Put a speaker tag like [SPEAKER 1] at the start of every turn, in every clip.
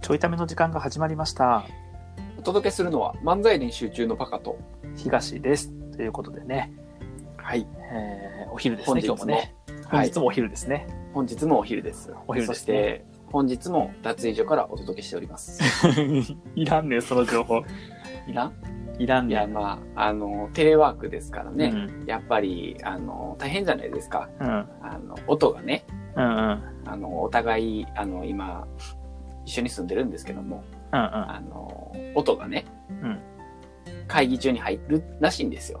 [SPEAKER 1] ちょいための時間が始まりました。
[SPEAKER 2] お届けするのは漫才練習中のパカと。
[SPEAKER 1] 東です。ということでね、
[SPEAKER 2] はい。
[SPEAKER 1] えーお昼ですね、今
[SPEAKER 2] 本
[SPEAKER 1] 日も
[SPEAKER 2] 日も
[SPEAKER 1] ね。本
[SPEAKER 2] はい
[SPEAKER 1] 日。もお昼ですね。
[SPEAKER 2] 本日もお昼です。
[SPEAKER 1] お昼ですね
[SPEAKER 2] そして、本日も脱衣所からお届けしております。
[SPEAKER 1] いらんねんその情報。
[SPEAKER 2] いらん
[SPEAKER 1] いらん
[SPEAKER 2] い
[SPEAKER 1] ね
[SPEAKER 2] や、
[SPEAKER 1] ん
[SPEAKER 2] まあ、あの、テレワークですから
[SPEAKER 1] う
[SPEAKER 2] ね。
[SPEAKER 1] ん
[SPEAKER 2] やっぱり、あの、大変じゃないですか。
[SPEAKER 1] うん。
[SPEAKER 2] あの、音がね、
[SPEAKER 1] うんうん。うん
[SPEAKER 2] あの、お互い、あの、今、一緒に住んでるんですけども、
[SPEAKER 1] うん。
[SPEAKER 2] あの、音がね、
[SPEAKER 1] うん
[SPEAKER 2] 会議中に入るらしいんですよ。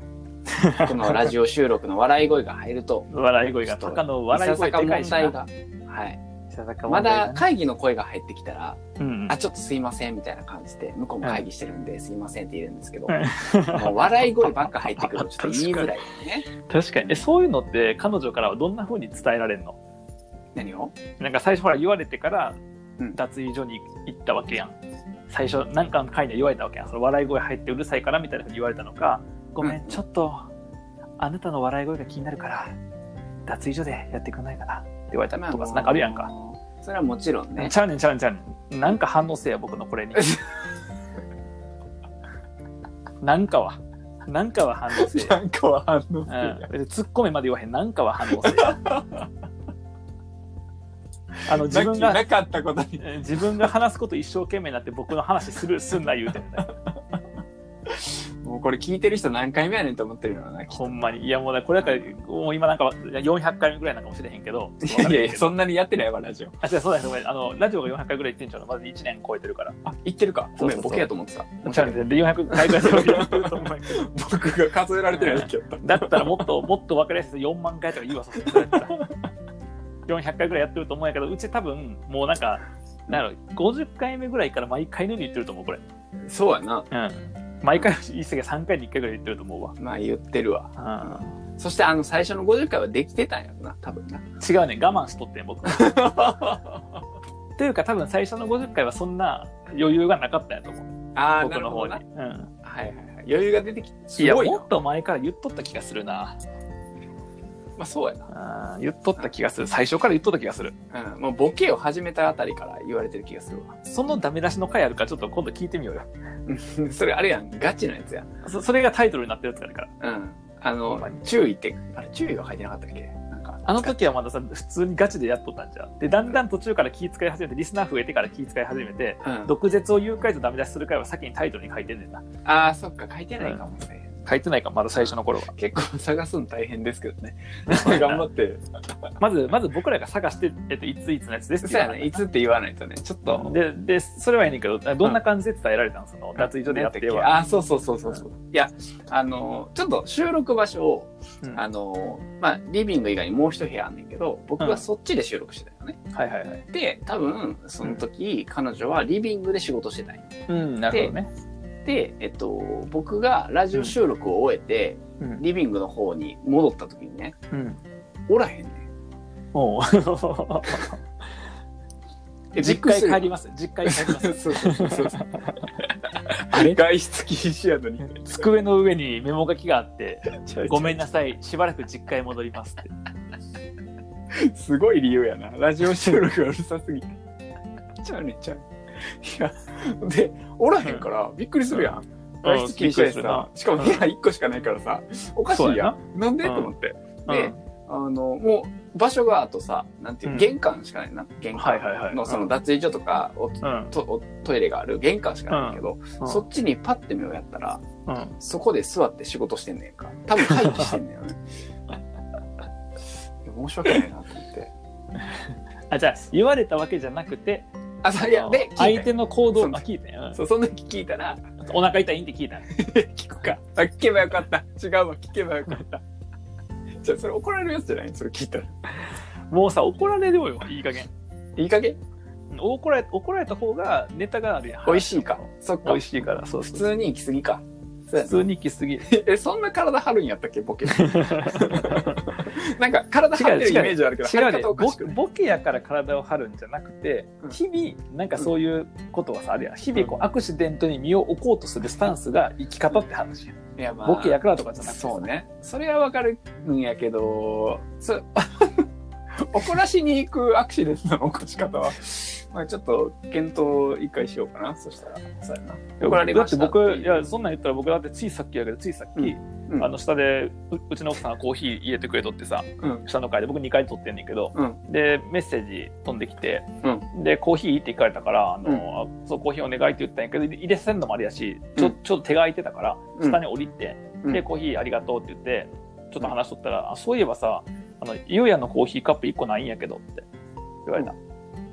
[SPEAKER 2] このラジオ収録の笑い声が入ると、
[SPEAKER 1] 笑い声が、高の笑い声でかいしな。
[SPEAKER 2] いささか問題が。はい。
[SPEAKER 1] いささか
[SPEAKER 2] ま
[SPEAKER 1] 問題
[SPEAKER 2] だ会議の声が入ってきたら、
[SPEAKER 1] うん
[SPEAKER 2] あ、ちょっとすいませんみたいな感じで、向こうも会議してるんで、すいませんって言えるんですけど、
[SPEAKER 1] うん
[SPEAKER 2] もう笑い声ばっか入ってくるとちょっと言いづらいよね。
[SPEAKER 1] 確かに。え、そういうのって彼女からはどんな風に伝えられるの
[SPEAKER 2] 何を
[SPEAKER 1] なんか最初ほら言われてから
[SPEAKER 2] うん
[SPEAKER 1] 脱衣所に行ったわけやん。最初なんかの会で言われたわけやん。その笑い声入ってうるさいからみたいなふうに言われたのか、ごめん、
[SPEAKER 2] うん
[SPEAKER 1] ちょっとあなたの笑い声が気になるから脱衣所でやってくんないかなって言われたりとかさなんかあるやんか。。
[SPEAKER 2] それはもちろんね。
[SPEAKER 1] ちゃうねんちゃうねんちゃうねん。なんか反応せえや僕のこ れに。なんかは。なんかは反応せえや。
[SPEAKER 2] んかは反応
[SPEAKER 1] うん、突っ込めまで言わへん、なんかは反応 せえや。あの自分が
[SPEAKER 2] かったことに。
[SPEAKER 1] えー自分が話すこと一生懸命になって僕の話するすんな言うてん ね
[SPEAKER 2] もうこれ聞いてる人何回目やねんと思ってるのよな、きっ
[SPEAKER 1] ほ
[SPEAKER 2] と。
[SPEAKER 1] んまにいやもうねこれだからもう今なんか400回目ぐらいなんかもしれへんけど
[SPEAKER 2] いやいや、そんなにやってないわ、ラジオ。
[SPEAKER 1] あ違うそうだよごめんあのラジオが400回ぐらい行ってんちゃうのまず1年超えてるから
[SPEAKER 2] あ、言ってるか。ごめん、
[SPEAKER 1] そうそうそう
[SPEAKER 2] ボケやと思ってた。
[SPEAKER 1] チャレンジで400回ぐらいやってると思うんやけど
[SPEAKER 2] 僕が数えられてないだけやった。
[SPEAKER 1] だったらもっともっと分かりやすい4万回とか言うわそうする400回ぐらいやってると思うんやけどうち多分もうなんかなんやろ50回目ぐらいから毎回のように言ってると思うこれ
[SPEAKER 2] そうやな。
[SPEAKER 1] うん毎回一世が3回に1回ぐらい言ってると思うわ
[SPEAKER 2] まあ言ってるわ。
[SPEAKER 1] うん
[SPEAKER 2] そしてあの最初の50回はできてたんやろな、多分な。
[SPEAKER 1] 違うね我慢しとってん僕というか多分最初の50回はそんな余裕がなかったんやと思う
[SPEAKER 2] あ
[SPEAKER 1] 僕の方に、
[SPEAKER 2] は
[SPEAKER 1] う
[SPEAKER 2] い
[SPEAKER 1] ん、
[SPEAKER 2] はいはい。余裕が出てきて、
[SPEAKER 1] い
[SPEAKER 2] す
[SPEAKER 1] や
[SPEAKER 2] ごい
[SPEAKER 1] も
[SPEAKER 2] な。
[SPEAKER 1] っと前から言っとった気がするな
[SPEAKER 2] まあそうやな。
[SPEAKER 1] あー言っとった気がする最初から言っとった気がする
[SPEAKER 2] うん。もうボケを始めたあたりから言われてる気がするわ。
[SPEAKER 1] そのダメ出しの回あるからちょっと今度聞いてみようよ
[SPEAKER 2] うんそれあれやん、ガチのやつや。
[SPEAKER 1] そそれがタイトルになってるやつやから
[SPEAKER 2] うん。あ
[SPEAKER 1] ほ
[SPEAKER 2] の
[SPEAKER 1] んまに、
[SPEAKER 2] 注意って、あれ注意が書いてなかったっけなんか。
[SPEAKER 1] あの時はまださ普通にガチでやっとったんじゃんでだんだん途中から気遣い始めてリスナー増えてから気遣い始めて
[SPEAKER 2] うん。
[SPEAKER 1] 毒舌を誘拐とダメ出しする回は先にタイトルに書いてんねんな
[SPEAKER 2] ああ、そっか、書いてないかもね。
[SPEAKER 1] 書いてないかまだ最初の頃は
[SPEAKER 2] 結構探すの大変ですけど ね。頑張って。
[SPEAKER 1] まず、まず僕らが探して、えっと、いついつのやつですって
[SPEAKER 2] そ
[SPEAKER 1] 言
[SPEAKER 2] う
[SPEAKER 1] わ
[SPEAKER 2] や
[SPEAKER 1] な
[SPEAKER 2] ね。いつって言わないとね。ちょっと。
[SPEAKER 1] で、で、それはいいねんけど、どんな感じで伝えられたのその、脱衣所でやっては。
[SPEAKER 2] ああー、そうそうそうそうそう。いや、あの、ちょっと収録場所を、
[SPEAKER 1] うん
[SPEAKER 2] あ
[SPEAKER 1] はい
[SPEAKER 2] のーまあ、リビング以外にもう一部屋あんねんけど、僕はそっちで収録してたよね。
[SPEAKER 1] はいはい。
[SPEAKER 2] で、多分、その時、彼女はリビングで仕事してたんよ
[SPEAKER 1] うん、なるほどね。
[SPEAKER 2] で、えっと、僕がラジオ収録を終えて、
[SPEAKER 1] うん。
[SPEAKER 2] リビングの方に戻った時にね、
[SPEAKER 1] うん。
[SPEAKER 2] おらへんねん。
[SPEAKER 1] おう
[SPEAKER 2] えびっ
[SPEAKER 1] 実
[SPEAKER 2] くり
[SPEAKER 1] 家
[SPEAKER 2] する
[SPEAKER 1] へ
[SPEAKER 2] よ
[SPEAKER 1] 帰ります。実家へ帰ります。
[SPEAKER 2] そうそうそうそうそう。
[SPEAKER 1] あれ
[SPEAKER 2] 外出禁止やのに。
[SPEAKER 1] 机の上にメモ書きがあ って、ごめん
[SPEAKER 2] な。
[SPEAKER 1] なさい、しばらく実家へ戻ります って。
[SPEAKER 2] すごい理由やな。ラジオ収録がうるさ すぎて。ちゃうねちゃう。いや、で、おらへんから、びっくりするやん。外出禁止やしさ、しかも部屋1個しかないからさ、おかしいやん。なんで
[SPEAKER 1] う
[SPEAKER 2] と
[SPEAKER 1] ん
[SPEAKER 2] 思って。
[SPEAKER 1] うん
[SPEAKER 2] で、あの、もう、場所があとさ、なんていうう、
[SPEAKER 1] ん
[SPEAKER 2] 玄関しかないな。玄
[SPEAKER 1] はいはいは
[SPEAKER 2] 関
[SPEAKER 1] い
[SPEAKER 2] のその脱衣所とか、お
[SPEAKER 1] うん。
[SPEAKER 2] とおトイレがある玄関しかないけど、そっちにパッて目をやったら、
[SPEAKER 1] うん。うん
[SPEAKER 2] そこで座って仕事してんねんか。多分会議してんねん よね。いや申し訳ないなと思って。
[SPEAKER 1] あ、じゃあ、言われたわけじゃなくて、
[SPEAKER 2] あ、そういや、で、聞
[SPEAKER 1] 相
[SPEAKER 2] いて
[SPEAKER 1] 手。の行動、あ、
[SPEAKER 2] その
[SPEAKER 1] 聞いたよ。
[SPEAKER 2] そう、その時聞いたら、
[SPEAKER 1] お腹痛いんって聞いた。
[SPEAKER 2] 聞くか。あ、聞けばよかった。違うわ、聞けばよかった。 じゃあ、それ怒られるやつじゃないそれ聞いたら。
[SPEAKER 1] もうさ、怒られるよ、いい加減。
[SPEAKER 2] いい加減
[SPEAKER 1] 怒られ怒られた方がネタがあるやん
[SPEAKER 2] 美味しいか。そっ
[SPEAKER 1] 美
[SPEAKER 2] か
[SPEAKER 1] 味。しいからそう
[SPEAKER 2] 普
[SPEAKER 1] そう
[SPEAKER 2] 通に行き過ぎか。そうや
[SPEAKER 1] 普通に行き過 ぎ違
[SPEAKER 2] なえ、そんな体張るんやったっけ、 ボケ。なんか、体張ってるイメージあるけど、張
[SPEAKER 1] う
[SPEAKER 2] り
[SPEAKER 1] で
[SPEAKER 2] 方おかしく
[SPEAKER 1] ボ
[SPEAKER 2] ない
[SPEAKER 1] ボケやから体を張るんじゃなくて、
[SPEAKER 2] うん
[SPEAKER 1] 日々なんかそういうことはさあるやん日々こうアクシデントに身を置こうとするスタンスが生き方って話やん
[SPEAKER 2] いや、まあ
[SPEAKER 1] ボケやからとかじゃなくて
[SPEAKER 2] そうね。それはわかるんやけ ど、そ怒らしに行くアクシデントの起こし方は、まあちょっと検討一回しようかな。そしたら、そうやな。怒られ
[SPEAKER 1] だ
[SPEAKER 2] ま
[SPEAKER 1] って
[SPEAKER 2] したって
[SPEAKER 1] 僕、
[SPEAKER 2] いう。
[SPEAKER 1] いや、そんなん言ったら僕だってついさっきやけど、ついさっき、
[SPEAKER 2] うん
[SPEAKER 1] あの下でううちの奥さんがコーヒー入れてくれとってさ、
[SPEAKER 2] うん
[SPEAKER 1] 下の階で僕2階で撮ってんねんけど、
[SPEAKER 2] う
[SPEAKER 1] でメッセージ飛んできて、でコーヒーいいって聞かれたから「あのあそうコーヒーお願い」って言ったんやけど入れせんのもあれやしちょ,、
[SPEAKER 2] うん
[SPEAKER 1] ちょっと手が空いてたから
[SPEAKER 2] うん
[SPEAKER 1] 下に降りて、
[SPEAKER 2] うん
[SPEAKER 1] でコーヒーありがとうって言ってちょっと話しとったら「あそういえばさあのゆうやのコーヒーカップ1個ないんやけど」って言われた。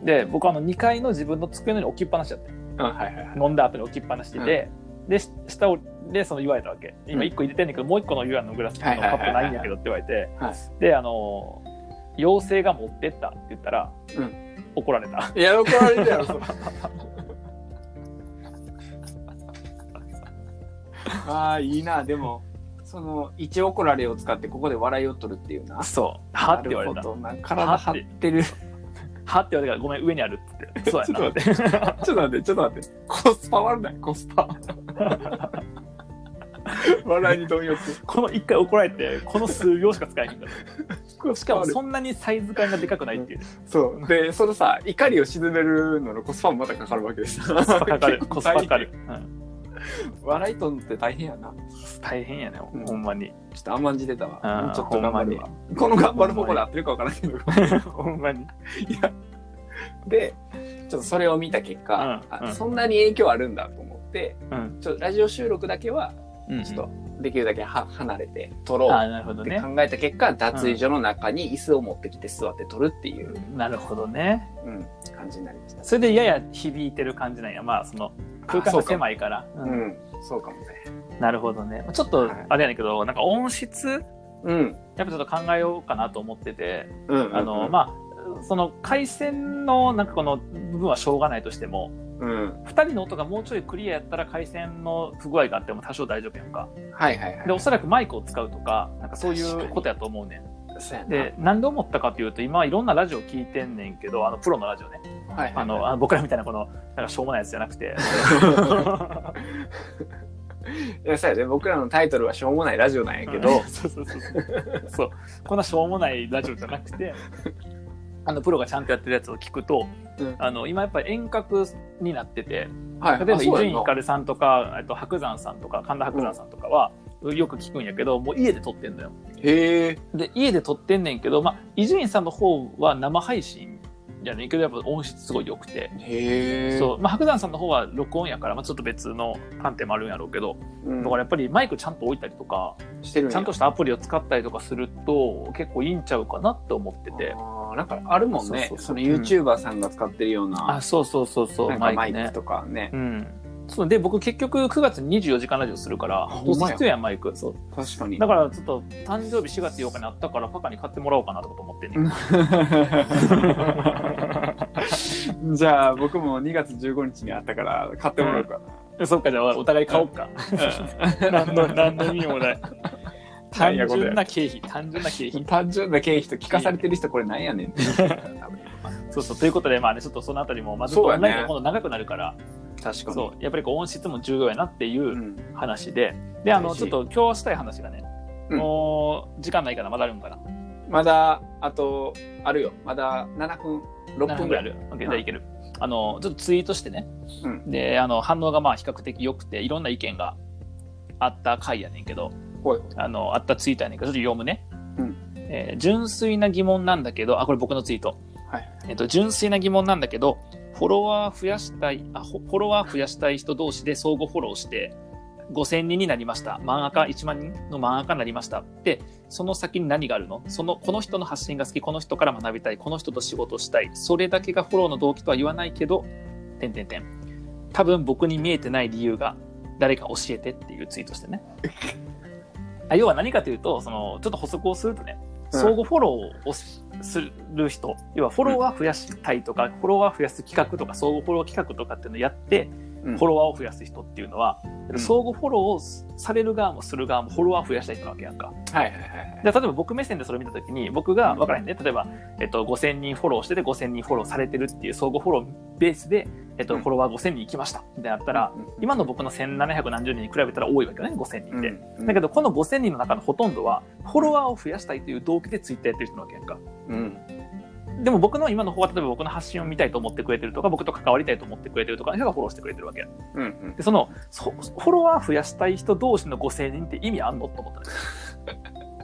[SPEAKER 1] で僕あの2階の自分の机の上に置きっぱなしだって
[SPEAKER 2] うん。はいはいはい。
[SPEAKER 1] 飲んだ後に置きっぱなしで、でし下をでその言われたわけ今
[SPEAKER 2] うん
[SPEAKER 1] 1個入れてんねんけど、もう1個のゆうやのグラスのカップないんやけどって言われて、
[SPEAKER 2] はい
[SPEAKER 1] であの妖精が持ってったって言ったら、
[SPEAKER 2] う
[SPEAKER 1] 怒られた。
[SPEAKER 2] いや、怒られるやろ、そ れ。ああ、いいな、でも、その、一怒られを使って、ここで笑いを取るっていうな。
[SPEAKER 1] そう。はって言われた
[SPEAKER 2] なる。ほどな体張って る。ち
[SPEAKER 1] はって言われたから、ごめん、上にあるっつ って。そうやなって。
[SPEAKER 2] ょっと待って、ちょっと待って。コスパ悪ない、コスパ。 笑いに貪欲。
[SPEAKER 1] この一回怒られて、この数 秒しか使えへんから。
[SPEAKER 2] し
[SPEAKER 1] しかも、そんなにサイズ感がでかくないっていう。
[SPEAKER 2] そう。で、そのさ、怒りを鎮めるののコスパもまたかかるわけです。コス
[SPEAKER 1] コスパか かる。コスパかかる。。うん
[SPEAKER 2] 笑い取るのって大変やな。
[SPEAKER 1] 大変やね
[SPEAKER 2] うん、
[SPEAKER 1] ほんまに。
[SPEAKER 2] ちょっと甘んじてたわ。
[SPEAKER 1] うん
[SPEAKER 2] もうちょっと頑張るわ。この頑張る方法で合ってるか分からんけど。
[SPEAKER 1] ほんまに。
[SPEAKER 2] で、ちょっとそれを見た結果、
[SPEAKER 1] うんうん
[SPEAKER 2] あそんなに影響あるんだと思って、
[SPEAKER 1] うん。
[SPEAKER 2] ちょっとラジオ収録だけは、
[SPEAKER 1] うん
[SPEAKER 2] ちょっとできるだけは離れて撮ろ
[SPEAKER 1] あ
[SPEAKER 2] う
[SPEAKER 1] ーなるほど
[SPEAKER 2] って
[SPEAKER 1] ね。
[SPEAKER 2] 考えた結果、脱衣所の中に椅子を持ってきて座って撮るっていう、
[SPEAKER 1] なるほどね。
[SPEAKER 2] うん感じになりました。
[SPEAKER 1] それでやや響いてる感じなんや。まあ、その、空間が狭
[SPEAKER 2] い。
[SPEAKER 1] いから。
[SPEAKER 2] そ
[SPEAKER 1] う
[SPEAKER 2] う
[SPEAKER 1] ん
[SPEAKER 2] かもうん、そうかもね。
[SPEAKER 1] なるほどね。ちょっと、あれやねんけど、なんか音質
[SPEAKER 2] うん。
[SPEAKER 1] やっぱちょっと考えようかなと思ってて。
[SPEAKER 2] うん
[SPEAKER 1] あの、まあその回線のなんかこの部分はしょうがないとしても
[SPEAKER 2] あ、うん。
[SPEAKER 1] 2人の音がもうちょいクリアやったら回線の不具合があっても多少大丈夫やんか
[SPEAKER 2] はいはいはい。
[SPEAKER 1] でおそらくマイクを使うとかなんかそういうことやと思うね
[SPEAKER 2] そうや
[SPEAKER 1] ん
[SPEAKER 2] な
[SPEAKER 1] で何で思ったかというと今いろんなラジオ聞いてんねんけどあのプロのラジオね
[SPEAKER 2] はいはいはい
[SPEAKER 1] あのあの僕らみたいなこのなんかしょうもないやつじゃなく て
[SPEAKER 2] いやそうやね僕らのタイトルはしょうもないラジオなんやけど、
[SPEAKER 1] そうそうそうそうそうこんなしょうもないラジオじゃなく てあのプロがちゃんとやってるやつを聞くと、
[SPEAKER 2] うん
[SPEAKER 1] あの今やっぱり遠隔になってて
[SPEAKER 2] はい
[SPEAKER 1] 例えば伊集院
[SPEAKER 2] の
[SPEAKER 1] 光さんとかえっと白山さんとか神田白山さんとかは、よく聞くんやけどもう家で撮ってんのよ
[SPEAKER 2] へえ
[SPEAKER 1] で家で撮ってんねんけどまあ伊集院さんの方は生配信やねんけどやっぱ音質すごい良くて、
[SPEAKER 2] へえ
[SPEAKER 1] そうまあ、白山さんの方は録音やから、まあ、ちょっと別の観点もあるんやろうけど、
[SPEAKER 2] う、ん、
[SPEAKER 1] だからやっぱりマイクちゃんと置いたりとか、
[SPEAKER 2] してるんや
[SPEAKER 1] ちゃんとしたアプリを使ったりとかすると結構いいんちゃうかなって思ってて。
[SPEAKER 2] あーなんかあるもん
[SPEAKER 1] そ
[SPEAKER 2] ねそう
[SPEAKER 1] そうそう
[SPEAKER 2] の YouTuber さんが使ってるよう
[SPEAKER 1] あ
[SPEAKER 2] な,、
[SPEAKER 1] そうそうそうそう
[SPEAKER 2] なんかマイ
[SPEAKER 1] ね
[SPEAKER 2] クとかね
[SPEAKER 1] うんそうで僕結局9月に24時間ラジオするから
[SPEAKER 2] ほ
[SPEAKER 1] どうんせ
[SPEAKER 2] まや
[SPEAKER 1] 必要やんマイクそう
[SPEAKER 2] 確かに
[SPEAKER 1] だからちょっと誕生日4月8日にあったからパカに買ってもらおうかなとかと思ってんねん
[SPEAKER 2] うん じゃあ僕も2月15日にあったから買ってもらおうか
[SPEAKER 1] そっかじゃあお互い買おうか 何の何の意味も ない単
[SPEAKER 2] なんやこれ
[SPEAKER 1] 純な経費単純な経費
[SPEAKER 2] な単純な経費と聞かされてる人これなんやねんって
[SPEAKER 1] そうそうということでまあねちょっとそのあたりもまあずっと
[SPEAKER 2] そう
[SPEAKER 1] オ
[SPEAKER 2] や
[SPEAKER 1] ン
[SPEAKER 2] ね
[SPEAKER 1] ラインが今度長くなるから
[SPEAKER 2] 確
[SPEAKER 1] そ
[SPEAKER 2] か
[SPEAKER 1] う,、
[SPEAKER 2] に
[SPEAKER 1] やっぱりこう音質も重要やなっていううん話で、であの
[SPEAKER 2] 大
[SPEAKER 1] ちょ
[SPEAKER 2] 事
[SPEAKER 1] っと今日したい話がね、
[SPEAKER 2] うん
[SPEAKER 1] もう時間ないからまだあるんかな
[SPEAKER 2] まだあとあるよまだ7分6分ぐら
[SPEAKER 1] あ
[SPEAKER 2] い
[SPEAKER 1] る。OK じゃあいける。あの、ちょっとツイートしてね。
[SPEAKER 2] うん
[SPEAKER 1] で、あの、反応がまあ比較的良くて、いろんな意見があった回やねんけど、
[SPEAKER 2] ほいほい
[SPEAKER 1] あの、あったツイートやねんけど、ちょっと読むね。
[SPEAKER 2] うん
[SPEAKER 1] えー純粋な疑問なんだけど、あ、これ僕のツイート。
[SPEAKER 2] はい
[SPEAKER 1] えっと、純粋な疑問なんだけど、フォロワー増やしたい、あ、フォフォロワー増やしたい人同士で相互フォローして、5000人になりました。漫画家1万人の漫画家になりました。で、その先に何があるのそのこの人の発信が好きこの人から学びたいこの人と仕事したいそれだけがフォローの動機とは言わないけど点点点多分僕に見えてない理由が誰か教えてっていうツイート してねあ要は何かというとそのちょっと補足をするとね
[SPEAKER 2] うん
[SPEAKER 1] 相互フォローをすする人、要はフォロワー増やしたいとか、フォロワー増やす企画とか相互フォロー企画とかっていうのをやって、
[SPEAKER 2] うん
[SPEAKER 1] フォロワーを増やす人っていうのは、
[SPEAKER 2] ん
[SPEAKER 1] 相互フォローをされる側もする側もフォロワー増やしたい人なわけやんか。
[SPEAKER 2] はいはいはい
[SPEAKER 1] で例えば僕目線でそれ見たときに僕が分からへんね例えば、えっと、5000人フォローしてて5000人フォローされてるっていう相互フォローベースで、えっと、
[SPEAKER 2] うん
[SPEAKER 1] フォロワー5000人いきましたみたいになったら、
[SPEAKER 2] うん
[SPEAKER 1] 今の僕の1700何十人に比べたら多いわけよね5000人って、
[SPEAKER 2] うん
[SPEAKER 1] だけどこの5000人の中のほとんどはフォロワーを増やしたいという動機でツイッターやってる人なわけやんか
[SPEAKER 2] うん
[SPEAKER 1] でも僕の今の方は例えば僕の発信を見たいと思ってくれてるとか僕と関わりたいと思ってくれてるとかの人がフォローしてくれてるわけ
[SPEAKER 2] うんうん
[SPEAKER 1] でそのそフォロワー増やしたい人同士の5000人って意味あんのと思ったんですよ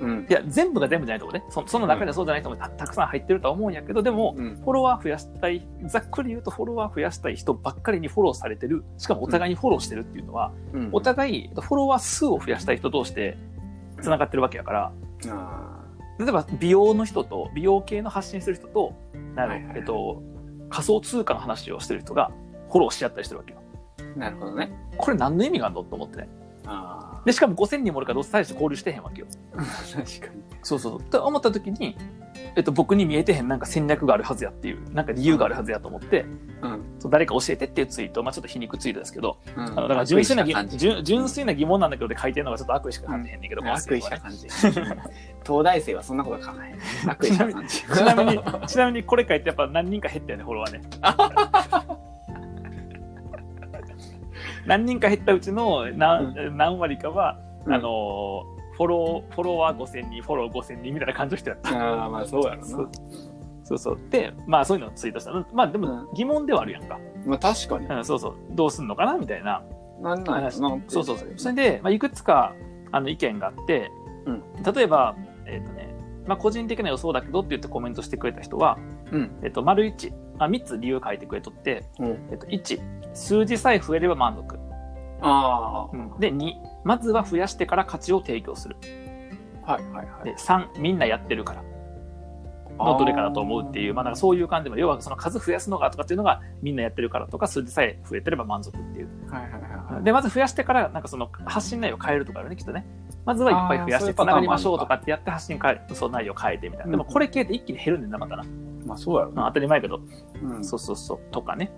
[SPEAKER 2] うん
[SPEAKER 1] いや全部が全部じゃないと思うねそその中ではそうじゃない人もたたくさん入ってるとは思うんやけどでも、
[SPEAKER 2] うん
[SPEAKER 1] フォロワー増やしたいざっくり言うとフォロワー増やしたい人ばっかりにフォローされてるしかもお互いにフォローしてるっていうのは、
[SPEAKER 2] うん
[SPEAKER 1] お互いフォロワー数を増やしたい人同士でつながってるわけやから
[SPEAKER 2] あ
[SPEAKER 1] 例えば美容の人と美容系の発信する人となんやろ
[SPEAKER 2] はいはいはい
[SPEAKER 1] えっと、仮想通貨の話をしてる人がフォローし合ったりしてるわけよ
[SPEAKER 2] ーなるほどね
[SPEAKER 1] これ何の意味があるのと思ってね
[SPEAKER 2] あ
[SPEAKER 1] でしかも5000人もおるからどうせ大して交流してへんわけよ
[SPEAKER 2] あ確かに
[SPEAKER 1] そうそうと思った時に、えっと、僕に見えてへんなんか戦略があるはずやっていうなんか理由があるはずやと思って、
[SPEAKER 2] うん
[SPEAKER 1] そう誰か教えてっていうツイート、まあ、ちょっと皮肉ツイートですけど、
[SPEAKER 2] うん
[SPEAKER 1] あのだから純粋な
[SPEAKER 2] 悪意
[SPEAKER 1] ぎ
[SPEAKER 2] した感じ
[SPEAKER 1] 純純粋な疑問なんだけどで書いてるのがちょっと悪意しか感じへんねんけど、この
[SPEAKER 2] 悪意
[SPEAKER 1] 人は
[SPEAKER 2] した
[SPEAKER 1] ね
[SPEAKER 2] 感じ東大生はそんなこと考えない悪意した感じ
[SPEAKER 1] ちなみに ちなみにこれ書いてやっぱ何人か減ったよねフォロワーね何人か減ったうちの何,、何割かは、
[SPEAKER 2] うん
[SPEAKER 1] あのフォローフォロワー5000人フォロー5000人みたいな感じの人やった
[SPEAKER 2] ああまあそうやろ
[SPEAKER 1] そううそうそうでまあそういうのをツイートしたまあでも
[SPEAKER 2] う
[SPEAKER 1] 疑問ではあるやんか、
[SPEAKER 2] なまあ確かに
[SPEAKER 1] うん、そうそうどうすんのかなみたいな
[SPEAKER 2] なんなんやろな
[SPEAKER 1] そうそうそう。それで、まあ、いくつかあの意見があって、
[SPEAKER 2] う
[SPEAKER 1] 例えば、えっ、とね、まあ、個人的な予想だけどって言ってコメントしてくれた人は、
[SPEAKER 2] うん
[SPEAKER 1] えっ、と、丸一、あ、3つ理由書いてくれとって、
[SPEAKER 2] うん
[SPEAKER 1] えっ、と、1、数字さえ増えれば満足。
[SPEAKER 2] あ
[SPEAKER 1] で、2、まずは増やしてから価値を提供する。
[SPEAKER 2] あはいはいはい
[SPEAKER 1] で、3、みんなやってるから。のどれかだと思うっていう、まあ、なんかそういう感じも、要はその数増やすのがとかっていうのが、みんなやってるからとか、数字さえ増えてれば満足っていう。
[SPEAKER 2] はいはいはいはい
[SPEAKER 1] で、まず増やしてから、なんかその発信内容を変えるとかあるね、きっとね。まずはいっぱい増やし
[SPEAKER 2] あーそうい
[SPEAKER 1] て、
[SPEAKER 2] う
[SPEAKER 1] つ
[SPEAKER 2] パタ
[SPEAKER 1] な
[SPEAKER 2] ー
[SPEAKER 1] が
[SPEAKER 2] ン
[SPEAKER 1] り
[SPEAKER 2] もあ
[SPEAKER 1] ま
[SPEAKER 2] るのか
[SPEAKER 1] しょうとかってやって発信変え、そう内容変えてみたいな。でも
[SPEAKER 2] うん
[SPEAKER 1] これ系で一気に減るねんだ、またな。
[SPEAKER 2] まあそうやろ
[SPEAKER 1] まあ
[SPEAKER 2] な
[SPEAKER 1] 当たり前やけど、
[SPEAKER 2] うん
[SPEAKER 1] そうそうそう、とかね。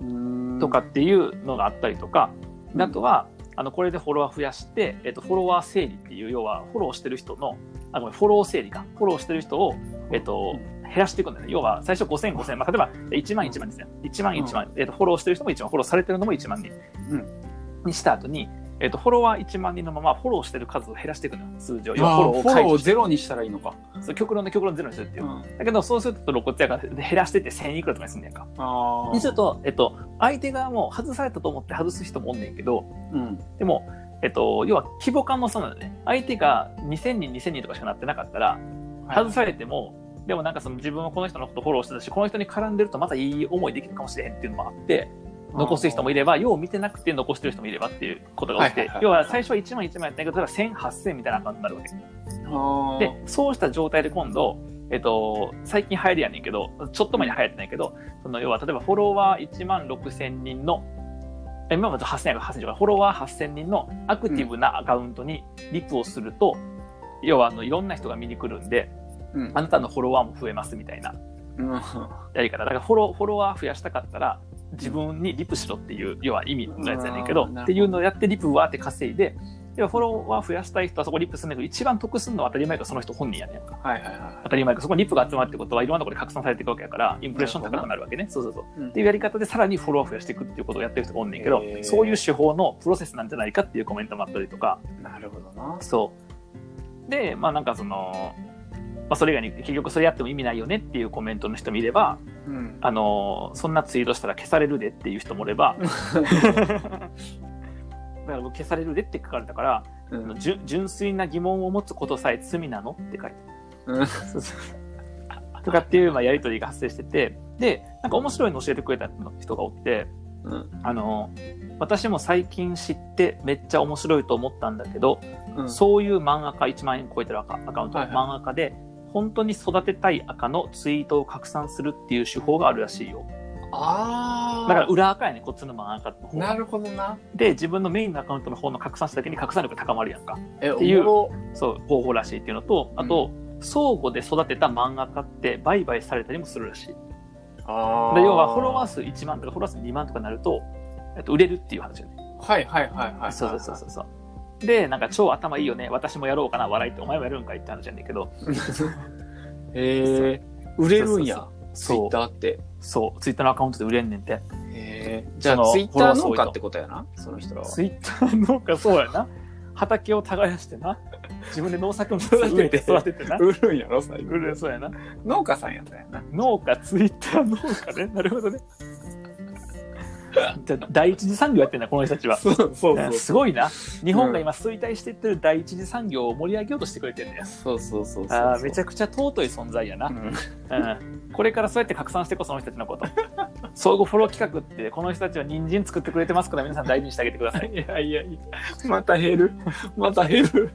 [SPEAKER 2] うん
[SPEAKER 1] とかっていうのがあったりとか、であとは、あの、これでフォロワー増やして、えっと、フォロワー整理っていう、要は、フォローしてる人の、あ、ごめん、フォロー整理か。フォローしてる人を、えっと、減らしていくんだよね。要は、最初5000、5000、まあ、例えば、1万、1万ですね。1万、1万、えっと、フォローしてる人も1万、フォローされてるのも1万人。
[SPEAKER 2] うん
[SPEAKER 1] にした後に、えっと、フォロワー1万人のまま、フォローしてる数を減らしていくのよ。通常。要は
[SPEAKER 2] あ
[SPEAKER 1] フォロ
[SPEAKER 2] ー
[SPEAKER 1] ーを
[SPEAKER 2] フォ
[SPEAKER 1] 解
[SPEAKER 2] ローを
[SPEAKER 1] 除して
[SPEAKER 2] ゼロにしたらいいのか
[SPEAKER 1] そう極論で極論ゼロにするっていう。
[SPEAKER 2] あ
[SPEAKER 1] だけど、そうすると露骨やから、減らしてって1000いくらとかにすんねやんか。
[SPEAKER 2] あ
[SPEAKER 1] にすると、えっと、相手側も外されたと思って外す人もおんねんけど、
[SPEAKER 2] うん
[SPEAKER 1] でも、えっと、要は規模感もそうなんだよね。相手が2000人、2000人とかしかなってなかったら、外されても、でもなんかその自分はこの人のことフォローしてたし、この人に絡んでるとまたいい思いできるかもしれへんっていうのもあって、残す人もい
[SPEAKER 2] い
[SPEAKER 1] れば、よう見てなくて残してる人もいればっていうことが起き
[SPEAKER 2] は
[SPEAKER 1] て
[SPEAKER 2] いはい、はい
[SPEAKER 1] 要は最初は1万1万やったんやけど、例えば1000、8000みたいな感じになるわけ。で
[SPEAKER 2] で、
[SPEAKER 1] そうした状態で今度、えっと、最近流行りやねんけど、ちょっと前に流行ってないけど、その要は例えばフォロワー1万6000人の、え今まで8000やから8000じゃないフォロワー8000人のアクティブなアカウントにリプをすると、要はあのいろんな人が見に来るんで、
[SPEAKER 2] うん
[SPEAKER 1] あなたのフォロワーも増えますみたいな
[SPEAKER 2] うん
[SPEAKER 1] やり方。だからフォローフォロワー増やしたかったら、自分にリプしろっていう、要は意味のやつやねんけど
[SPEAKER 2] うん、
[SPEAKER 1] っていうのをやってリプわーって稼いで、要はフォロワー増やしたい人はそこリプするんだけど、一番得するのは当たり前がその人本人やねんか。
[SPEAKER 2] はいはいは
[SPEAKER 1] 当たり前かそこにリップが集まるってことはいろんなところで拡散されていくわけやからインプレッション高くなるわけねそうそうそう
[SPEAKER 2] い
[SPEAKER 1] っていうやり方でさらにフォロワーを増やしていくっていうことをやってる人がおんねんけど
[SPEAKER 2] へー
[SPEAKER 1] そういう手法のプロセスなんじゃないかっていうコメントもあったりとか
[SPEAKER 2] なるほどな
[SPEAKER 1] そうでまあなんかその、まあ、それ以外に結局それやっても意味ないよねっていうコメントの人もいれば
[SPEAKER 2] うん
[SPEAKER 1] あのそんなツイートしたら消されるでっていう人もいればだから僕消されるでって書かれたから
[SPEAKER 2] うん
[SPEAKER 1] 純純粋な疑問を持つことさえ罪なのって書いて
[SPEAKER 2] うん
[SPEAKER 1] そうそうとかっていうまあやり取りが発生しててでなんか面白いの教えてくれた人がおって
[SPEAKER 2] うん
[SPEAKER 1] あの私も最近知ってめっちゃ面白いと思ったんだけど、
[SPEAKER 2] うん
[SPEAKER 1] そういう漫画家1万円超えてるアカアカウント、
[SPEAKER 2] はいはい
[SPEAKER 1] 漫画家で本当に育てたい赤のツイートを拡散するっていう手法があるらしいよ
[SPEAKER 2] あ
[SPEAKER 1] だ
[SPEAKER 2] あ
[SPEAKER 1] から裏赤やねこっちの漫画家の
[SPEAKER 2] な
[SPEAKER 1] 方
[SPEAKER 2] るほどな
[SPEAKER 1] で自分のメインのアカウントの方の拡散した時に拡散力が高まるやんか
[SPEAKER 2] え
[SPEAKER 1] ていう
[SPEAKER 2] おもろ
[SPEAKER 1] そう方法らしいっていうのとあと、相互で育てた漫画家って売買されたりもするらしい
[SPEAKER 2] あ
[SPEAKER 1] で要はフォロワー
[SPEAKER 2] ー
[SPEAKER 1] 数1万とかフォロワー数2万とかになると、えっと、売れるっていう話よね。
[SPEAKER 2] はいはいはいはい
[SPEAKER 1] そうそうそうそう。で、なんか超頭いいよね。私もやろうかな。笑いってお前もやるんかいって話なんだけど。
[SPEAKER 2] へえ売れるん
[SPEAKER 1] そ
[SPEAKER 2] やツイ
[SPEAKER 1] そ
[SPEAKER 2] ッ
[SPEAKER 1] う
[SPEAKER 2] タ。ーって
[SPEAKER 1] そう。ツイッターのアカウントで売れんねんて。
[SPEAKER 2] へえじゃ
[SPEAKER 1] その
[SPEAKER 2] あツイッター
[SPEAKER 1] フォロワー数
[SPEAKER 2] 農
[SPEAKER 1] 多い
[SPEAKER 2] 家
[SPEAKER 1] と
[SPEAKER 2] ってことやなその人らは
[SPEAKER 1] ツイッターのか、そうやな。畑を耕してな、自分で農作物植えて育てて な。
[SPEAKER 2] 売るんやろ、最後
[SPEAKER 1] う。るそうやな。
[SPEAKER 2] 農家さんやったんやな。
[SPEAKER 1] 農家、ツイッター農家ね。なるほどね。じゃあ第一次産業やってんだ、この人たちは。
[SPEAKER 2] そうそうそう。
[SPEAKER 1] すごいな。日本が今衰退してってる第一次産業を盛り上げようとしてくれてるんだよ。
[SPEAKER 2] そうそうそうそう。
[SPEAKER 1] ああ、めちゃくちゃ尊い存在やな。うんこれからそうやって拡散してこその人たちのこと。相互フォロー企画って、この人たちは人参作ってくれてますから、皆さん大事にしてあげてください。
[SPEAKER 2] うん。いやいやいや。 また減る。また減る。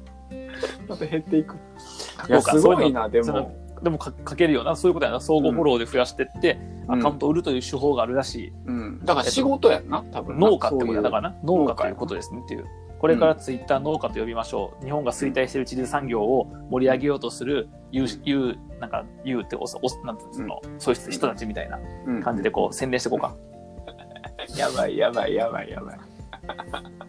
[SPEAKER 2] また減っていく。い
[SPEAKER 1] そう
[SPEAKER 2] や、
[SPEAKER 1] か
[SPEAKER 2] すごいな、で
[SPEAKER 1] その
[SPEAKER 2] も。
[SPEAKER 1] でもか書けるよな、そういうことやな。相互フォローで増やしてって、アカウントを売るという手法があるらしい。
[SPEAKER 2] うん。だから仕事やんな、多分な。。
[SPEAKER 1] 農家ってことやだかららな。農家ということですねっていう。これからツイッター農家と呼びましょう。日本が衰退している地理産業を盛り上げようとする、言う、言う、なんか、言うって、おそ、おなんていうのその、そういう人たちみたいな
[SPEAKER 2] うん
[SPEAKER 1] 感じでこう、宣伝していこうか。
[SPEAKER 2] やばいやばいやばいやばい。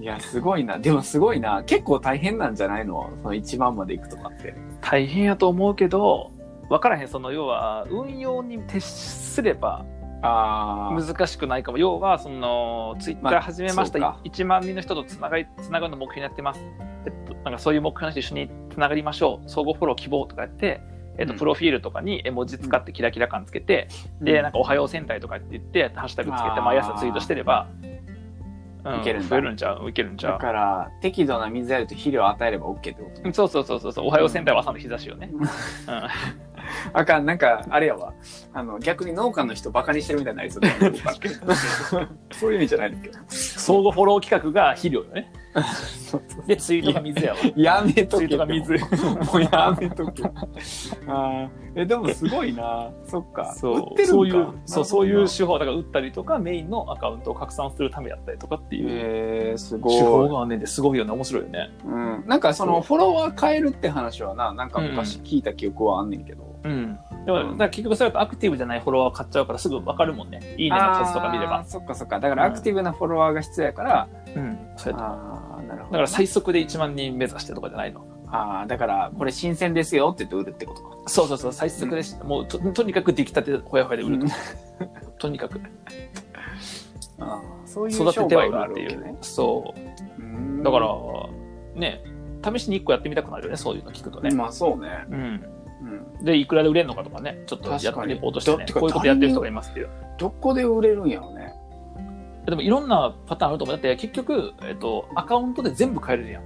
[SPEAKER 2] いや、すごいな。でもすごいな。結構大変なんじゃないのその1万まで行くとかって。
[SPEAKER 1] 大変やと思うけど、わからへん。その、要は、運用に徹すれば、
[SPEAKER 2] ああ。
[SPEAKER 1] 難しくないかも要はそのツイッター始めました、
[SPEAKER 2] そうか
[SPEAKER 1] 1万人の人とつながりつながるの目標になってます、えっと、なんかそういう目標の人一緒につながりましょう総合フォロー希望とかやって、えっと、
[SPEAKER 2] うん
[SPEAKER 1] プロフィールとかに絵文字使ってキラキラ感つけて、でなんか「おはよう戦隊」とかって言ってハッシュタグつけて
[SPEAKER 2] あー
[SPEAKER 1] 毎朝ツイートしてれば、う
[SPEAKER 2] いけるんだ
[SPEAKER 1] 増えるんちゃういけるんちゃ
[SPEAKER 2] だ
[SPEAKER 1] う
[SPEAKER 2] から、適度な水やりと肥料を与えれば OK ってこと
[SPEAKER 1] うんそうそうそうそうそうおはよう戦隊は朝の日差しよね、
[SPEAKER 2] う
[SPEAKER 1] うんん
[SPEAKER 2] あかん、なんか、あれやわ。あの、逆に農家の人バカにしてるみたいになりそうだよね そういう意味じゃないんだけど。
[SPEAKER 1] 相互フォロー企画が肥料よねでツイートが水やわ
[SPEAKER 2] やめ と
[SPEAKER 1] ツイ
[SPEAKER 2] け。
[SPEAKER 1] ートが水
[SPEAKER 2] もうもうやめとけ。あーえ、でもすごいな。そっか。
[SPEAKER 1] そう
[SPEAKER 2] 売ってるんか
[SPEAKER 1] そういうそうそういう
[SPEAKER 2] へ
[SPEAKER 1] 手法だから打ったりとかメインのアカウントを拡散するためだったりとかっていう
[SPEAKER 2] えー、すごい。
[SPEAKER 1] 手法があんねんですごいよね面白いよね
[SPEAKER 2] うん、なんかそのフォロワー変えるって話はななんか昔聞いた記憶はあんねんけど、
[SPEAKER 1] うんでもだから結局それだとアクティブじゃないフォロワーを買っちゃうからすぐ分かるもんねいい
[SPEAKER 2] い
[SPEAKER 1] ねの数とか見れば
[SPEAKER 2] そっかそっかだからアクティブなフォロワーが必要やから、
[SPEAKER 1] うんそうやって
[SPEAKER 2] ああな
[SPEAKER 1] だ
[SPEAKER 2] るほ
[SPEAKER 1] か
[SPEAKER 2] ど
[SPEAKER 1] ら最速で1万人目指してとかじゃないの
[SPEAKER 2] ああだからこれ新鮮ですよって言って売るってことか
[SPEAKER 1] そうそうそう最速でし、もうととにかく出来たてほやほやで売ると、とにかく
[SPEAKER 2] あーそういう
[SPEAKER 1] 育て
[SPEAKER 2] 商
[SPEAKER 1] ては
[SPEAKER 2] 売
[SPEAKER 1] 売
[SPEAKER 2] があ
[SPEAKER 1] る
[SPEAKER 2] る
[SPEAKER 1] っ
[SPEAKER 2] わ
[SPEAKER 1] て
[SPEAKER 2] け
[SPEAKER 1] いう、
[SPEAKER 2] ね
[SPEAKER 1] そう
[SPEAKER 2] うん
[SPEAKER 1] だから、ね試しに1個やってみたくなるよねそういうの聞くとね、
[SPEAKER 2] まあそうね、
[SPEAKER 1] うん
[SPEAKER 2] うん、
[SPEAKER 1] でいくらで売れるのかとかねちょっとやっ
[SPEAKER 2] 確かに
[SPEAKER 1] レポートして、
[SPEAKER 2] だっ
[SPEAKER 1] ね、
[SPEAKER 2] てか
[SPEAKER 1] こういうことやってる人がいますっていう
[SPEAKER 2] どこで売れるんやろね
[SPEAKER 1] でもいろんなパターンあると思うだって結局、えっと、アカウントで全部変えれるやん、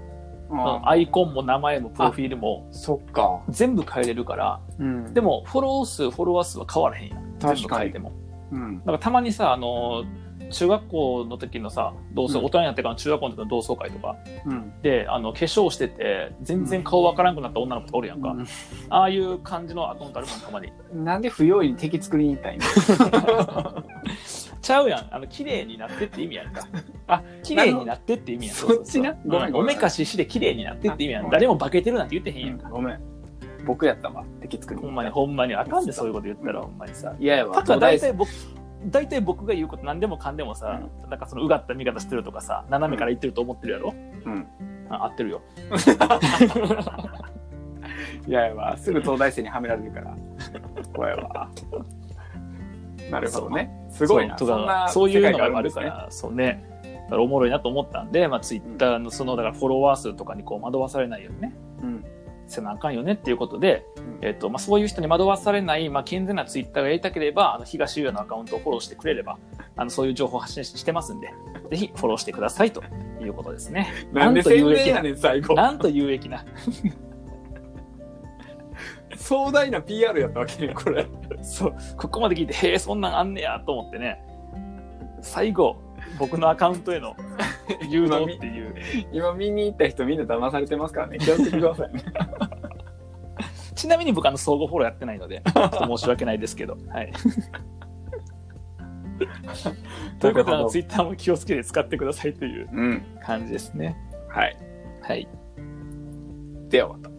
[SPEAKER 2] あー
[SPEAKER 1] アイコンも名前もプロフィールも
[SPEAKER 2] そっか、
[SPEAKER 1] 全部変えれるから
[SPEAKER 2] うん
[SPEAKER 1] でもフォロー数フォロワー数は変わらへんやん
[SPEAKER 2] 確
[SPEAKER 1] 全部
[SPEAKER 2] か
[SPEAKER 1] 変え
[SPEAKER 2] に
[SPEAKER 1] ても
[SPEAKER 2] うん、
[SPEAKER 1] なんかたまにさあの中学校の時のさ同窓、
[SPEAKER 2] うん
[SPEAKER 1] 大人になってからの中学校の時の同窓会とか
[SPEAKER 2] うん、
[SPEAKER 1] であの化粧してて全然顔わからんくなった女の子とかおるやんか、ああいう感じのアカウントあるもんたまに
[SPEAKER 2] なんで不用意に敵作りに行ったんや
[SPEAKER 1] ちゃうやん。あの、綺麗になってって意味やんか。
[SPEAKER 2] あ、
[SPEAKER 1] 綺麗になってって意味やん。
[SPEAKER 2] そっちな
[SPEAKER 1] ごめん、おめかしして綺麗になってって意味やん。誰も化けてるなんて言ってへんやんか。
[SPEAKER 2] ごめん僕やったわ敵作り
[SPEAKER 1] ほんまに、ほんまに。あかんで、そういうこと言ったら、ほんまにさ。
[SPEAKER 2] 嫌やわ
[SPEAKER 1] パクは大体僕、大体僕が言うこと何でもかんでもさ、なんかそのうがった見方してるとかさ、斜めから言ってると思ってるやろ、
[SPEAKER 2] うん
[SPEAKER 1] あ合ってるよ。
[SPEAKER 2] 嫌やわすぐ東大生にはめられるから怖い わなるほどねすごいな
[SPEAKER 1] そ
[SPEAKER 2] そう
[SPEAKER 1] と
[SPEAKER 2] ん
[SPEAKER 1] か
[SPEAKER 2] な
[SPEAKER 1] そういう
[SPEAKER 2] 世界
[SPEAKER 1] の
[SPEAKER 2] が
[SPEAKER 1] があ
[SPEAKER 2] んで
[SPEAKER 1] る
[SPEAKER 2] す
[SPEAKER 1] か
[SPEAKER 2] ね
[SPEAKER 1] ら、そうね。だからおもろいなと思ったんで、まあ、ツイッターのその、だからフォロワー数とかにこう惑わされないようにね、
[SPEAKER 2] うん
[SPEAKER 1] せなあかんよねっていうことで、
[SPEAKER 2] うん
[SPEAKER 1] えっとまあ、そういう人に惑わされない、まあ、健全なツイッターがやりたければあの東優也のアカウントをフォローしてくれればあのそういう情報を発信してますんでぜひフォローしてくださいということですね。
[SPEAKER 2] なん
[SPEAKER 1] な
[SPEAKER 2] で
[SPEAKER 1] んと有
[SPEAKER 2] 宣
[SPEAKER 1] 益な
[SPEAKER 2] 伝やねん最後
[SPEAKER 1] なんと有益な
[SPEAKER 2] 壮大な PR やったわけねこれ
[SPEAKER 1] そうここまで聞いてへえそんなんあんねやと思ってね最後僕のアカウントへの誘導っていう
[SPEAKER 2] 今見に行った人みんな騙されてますからね気をつけてください ね
[SPEAKER 1] ちなみに僕あの相互フォローやってないのでちょっと申し訳ないですけど。はい、ということであのツイッターも気をつけて使ってくださいという
[SPEAKER 2] うん
[SPEAKER 1] 感じですね。
[SPEAKER 2] はい
[SPEAKER 1] はい
[SPEAKER 2] ではまた